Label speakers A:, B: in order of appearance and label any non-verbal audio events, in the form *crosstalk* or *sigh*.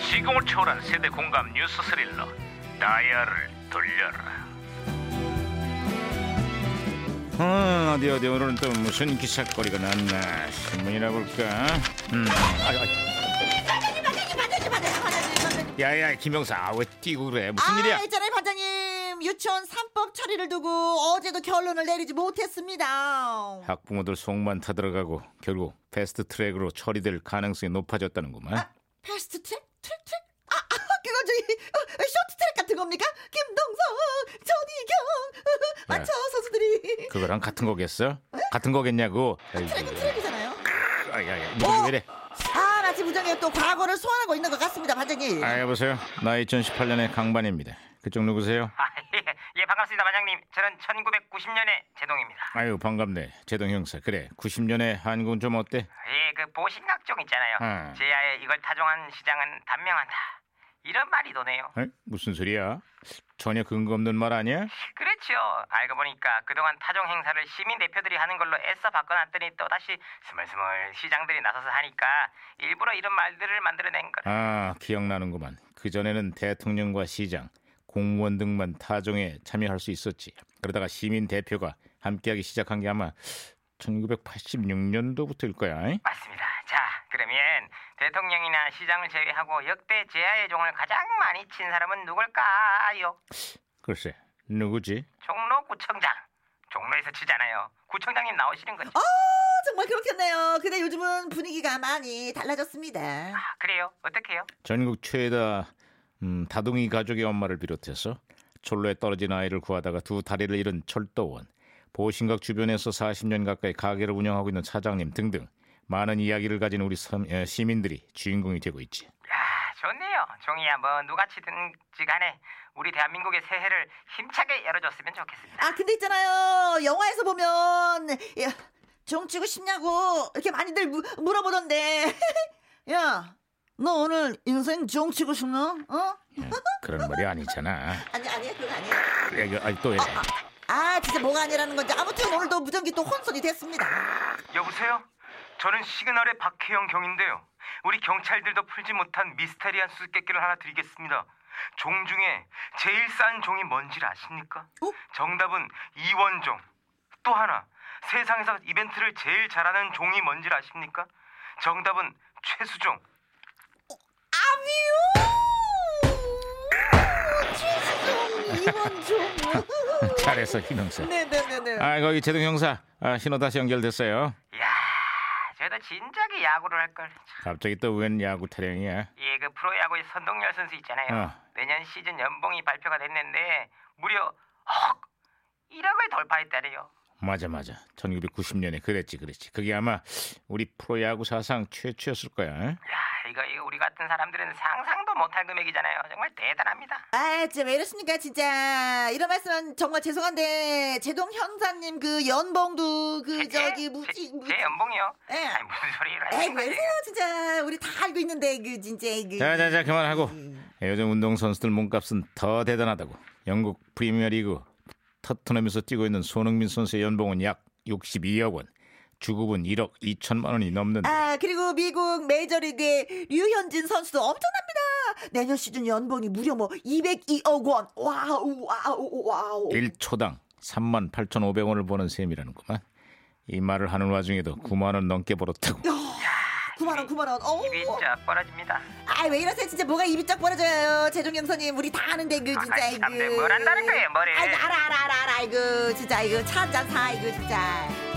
A: 시공을 초월한 세대 공감 뉴스 스릴러 다이아를 돌려라 어, 어디 어디 오늘은 또 무슨 기사거리가 났나 신문이나 볼까 음. 아이, 아이,
B: 반장님, 반장님, 반장님, 반장님, 반장님.
A: 야야 김영사 아, 왜 뛰고 그래 무슨 일이야
B: 아, 있잖아요, 반장님. 유치원 3법 처리를 두고 어제도 결론을 내리지 못했습니다.
A: 학부모들 속만 타들어가고 결국 패스트트랙으로 처리될 가능성이 높아졌다는구만
B: 패스트 트랙? 트랙, 트랙? 아, 아 그건 저기 어, 쇼트 트랙 같은 겁니까? 김동성,
A: 네.
B: 전희경, 어, 맞춰 선수들이.
A: 그거랑 같은 거겠어? 같은 거겠냐고
B: 트랙은 트랙이잖아요.
A: 야야 무슨 일이래
B: 아, 마치 부장님 또 과거를 소환하고 있는 것 같습니다, 반장님.
A: 아 여보세요 나 2018년의 강반입니다 그쪽 누구세요?
C: *laughs* 아, 예. 예, 반갑습니다, 반장님. 저는 1990년에 제동입니다.
A: 아유 반갑네 제동 형사 그래 90년에 한국은 좀 어때?
C: 예, 그 보신각종 있잖아요.
A: 아.
C: 제야에 이걸 타종한 시장은 단명한다. 이런 말이 도네요.
A: 에? 어? 무슨 소리야? 전혀 근거 없는 말 아니야?
C: 그렇죠. 알고 보니까 그동안 타종 행사를 시민 대표들이 하는 걸로 애써 바꿔놨더니 또 다시 스멀스멀 시장들이 나서서 하니까 일부러 이런 말들을 만들어낸 걸.
A: 아 기억나는구만 그전에는 대통령과 시장 공무원 등만 타종에 참여할 수 있었지 그러다가 시민 대표가 함께하기 시작한 게 아마 1986년도부터일 거야 잉?
C: 맞습니다. 자, 그러면 대통령이나 시장을 제외하고 역대 제야의 종을 가장 많이 친 사람은 누굴까요?
A: 글쎄 누구지?
C: 종로 구청장. 종로에서 치잖아요. 구청장님 나오시는 거죠?
B: 아, 정말 그렇겠네요. 근데 요즘은 분위기가 많이 달라졌습니다.
C: 아, 그래요? 어떻게요?
A: 전국 최다 음, 다둥이 가족의 엄마를 비롯해서 철로에 떨어진 아이를 구하다가 두 다리를 잃은 철도원, 보신각 주변에서 40년 가까이 가게를 운영하고 있는 사장님 등등 많은 이야기를 가진 우리 섬- 에, 시민들이 주인공이 되고 있지.
C: 야, 아, 좋네요. 종이야, 뭐 누가 치든지 간에 우리 대한민국의 새해를 힘차게 열어줬으면 좋겠습니다.
B: 아 근데 있잖아요 영화에서 보면 야, 종치고 싶냐고 이렇게 많이들 무- 물어보던데 *laughs* 야 너 오늘 인생 종치고 싶나? 어?
A: 예, 그런 말이 아니잖아.
B: 아니 아니 그건 아니에요
A: 야, 이거, 예, 아이, 또 이래.
B: 아 진짜 뭐가 아니라는 건지 아무튼 오늘도 무전기 또 혼선이 됐습니다
C: 여보세요? 저는 시그널의 박혜영 경인데요. 우리 경찰들도 풀지 못한 미스테리한 수수께끼를 하나 드리겠습니다. 종 중에 제일 싼 종이 뭔지를 아십니까?
B: 어?
C: 정답은 이원종. 또 하나, 세상에서 이벤트를 제일 잘하는 종이 뭔지를 아십니까? 정답은 최수종.
B: 아뮤 최수종 이원종
A: 잘했어, 희명사.
B: *laughs* 네네네네
A: 아, 거기 제동 형사. 아, 신호 다시 연결됐어요.
C: 이야, 저희도 진작에 야구를 할걸.
A: 갑자기 또 웬 야구 타령이야?
C: 예, 그 프로야구의 선동열 선수 있잖아요.
A: 어.
C: 내년 시즌 연봉이 발표가 됐는데 무려 헉 1억을 돌파했다래요.
A: 맞아 맞아 1990년에 그랬지 그랬지 그게 아마 우리 프로야구 사상 최초였을 거야 응?
C: 야, 이거 이거 우리 같은 사람들은 상상도 못할 금액이잖아요. 정말 대단합니다.
B: 아 진짜 왜 이러십니까 진짜 이런 말씀은 정말 죄송한데 제동 현사님 그 연봉도 그
C: 제-
B: 저기 무지
C: 제, 제 연봉이요?
B: 예.
C: 아니, 무슨 소리를
B: 에이
C: 하시는 거예요?
B: 왜세요 진짜 우리 다 알고 있는데 그 진짜 그
A: 자자자 그만하고 예, 요즘 운동선수들 몸값은 더 대단하다고 영국 프리미어리그 터트넘에서 뛰고 있는 손흥민 선수의 연봉은 약 62억 원 주급은 1억 2천만 원이 넘는데
B: 아 그리고 미국 메이저리그의 류현진 선수도 엄청납니다 내년 시즌 연봉이 무려 뭐 202억 원 와우 와우 와우
A: 1초당 3만 8,500원을 버는 셈이라는구만 이 말을 하는 와중에도 9만 원 넘게 벌었다고
B: 9만원 9만원 어우
C: 입이 진짜 뻔라집니다
B: 아왜 이러세요 진짜 뭐가 입이 쫙 벌어져요 재종영선님 우리 다 아는데 그 진짜
C: 아이,
B: 이거
C: 참네, 뭘 안다는 거예요, 뭐를.
B: 아이고 알아 알아 알아 알아 이거 진짜 이거 차한잔사 이거 진짜